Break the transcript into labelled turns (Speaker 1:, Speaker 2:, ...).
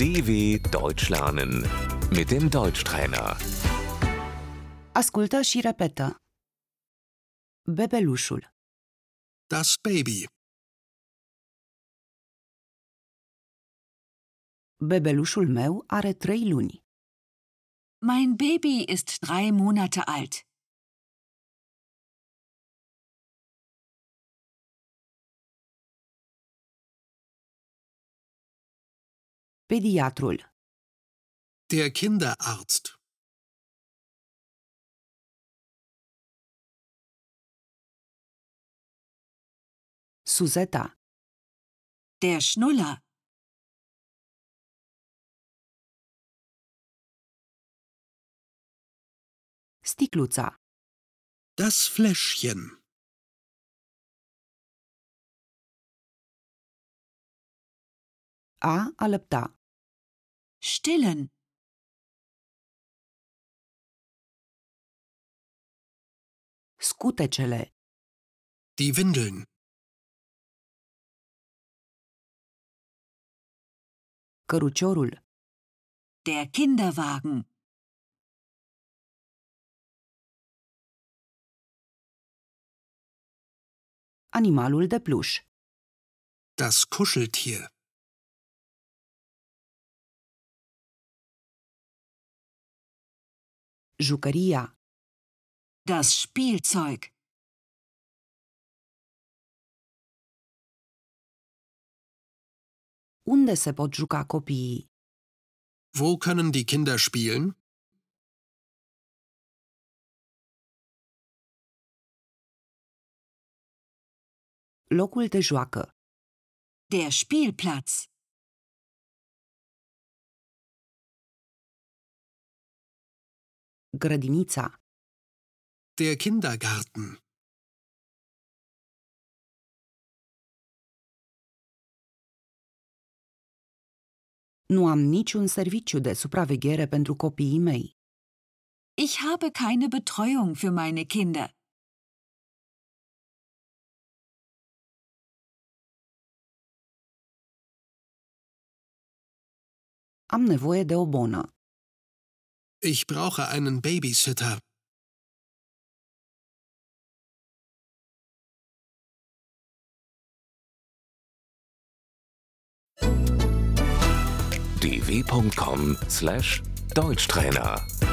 Speaker 1: DW Deutsch lernen mit dem Deutschtrainer.
Speaker 2: Ascultă și repetă. Bebelușul,
Speaker 3: Das Baby.
Speaker 2: bebelușul meu are trei luni.
Speaker 4: Mein Baby ist drei Monate alt.
Speaker 2: Pediatrul,
Speaker 3: Der Kinderarzt.
Speaker 2: Suzeta,
Speaker 4: Der Schnuller.
Speaker 2: sticluța,
Speaker 3: Das Fläschchen.
Speaker 2: a alăpta,
Speaker 4: Stillen.
Speaker 2: scutecele,
Speaker 3: Die Windeln.
Speaker 2: căruciorul,
Speaker 4: Der Kinderwagen.
Speaker 2: animalul de pluș,
Speaker 3: Das Kuscheltier.
Speaker 2: jucăria,
Speaker 4: Das Spielzeug.
Speaker 2: unde se pot juca copiii,
Speaker 3: Wo können die Kinder spielen?
Speaker 2: locul de joacă,
Speaker 4: Der Spielplatz.
Speaker 2: grădinița,
Speaker 3: Der Kindergarten.
Speaker 2: nu am niciun serviciu de supraveghere pentru copiii mei.
Speaker 4: Ich habe keine Betreuung für meine Kinder.
Speaker 2: Am nevoie de o bonă.
Speaker 3: Ich brauche einen Babysitter.
Speaker 1: dw.com/deutschtrainer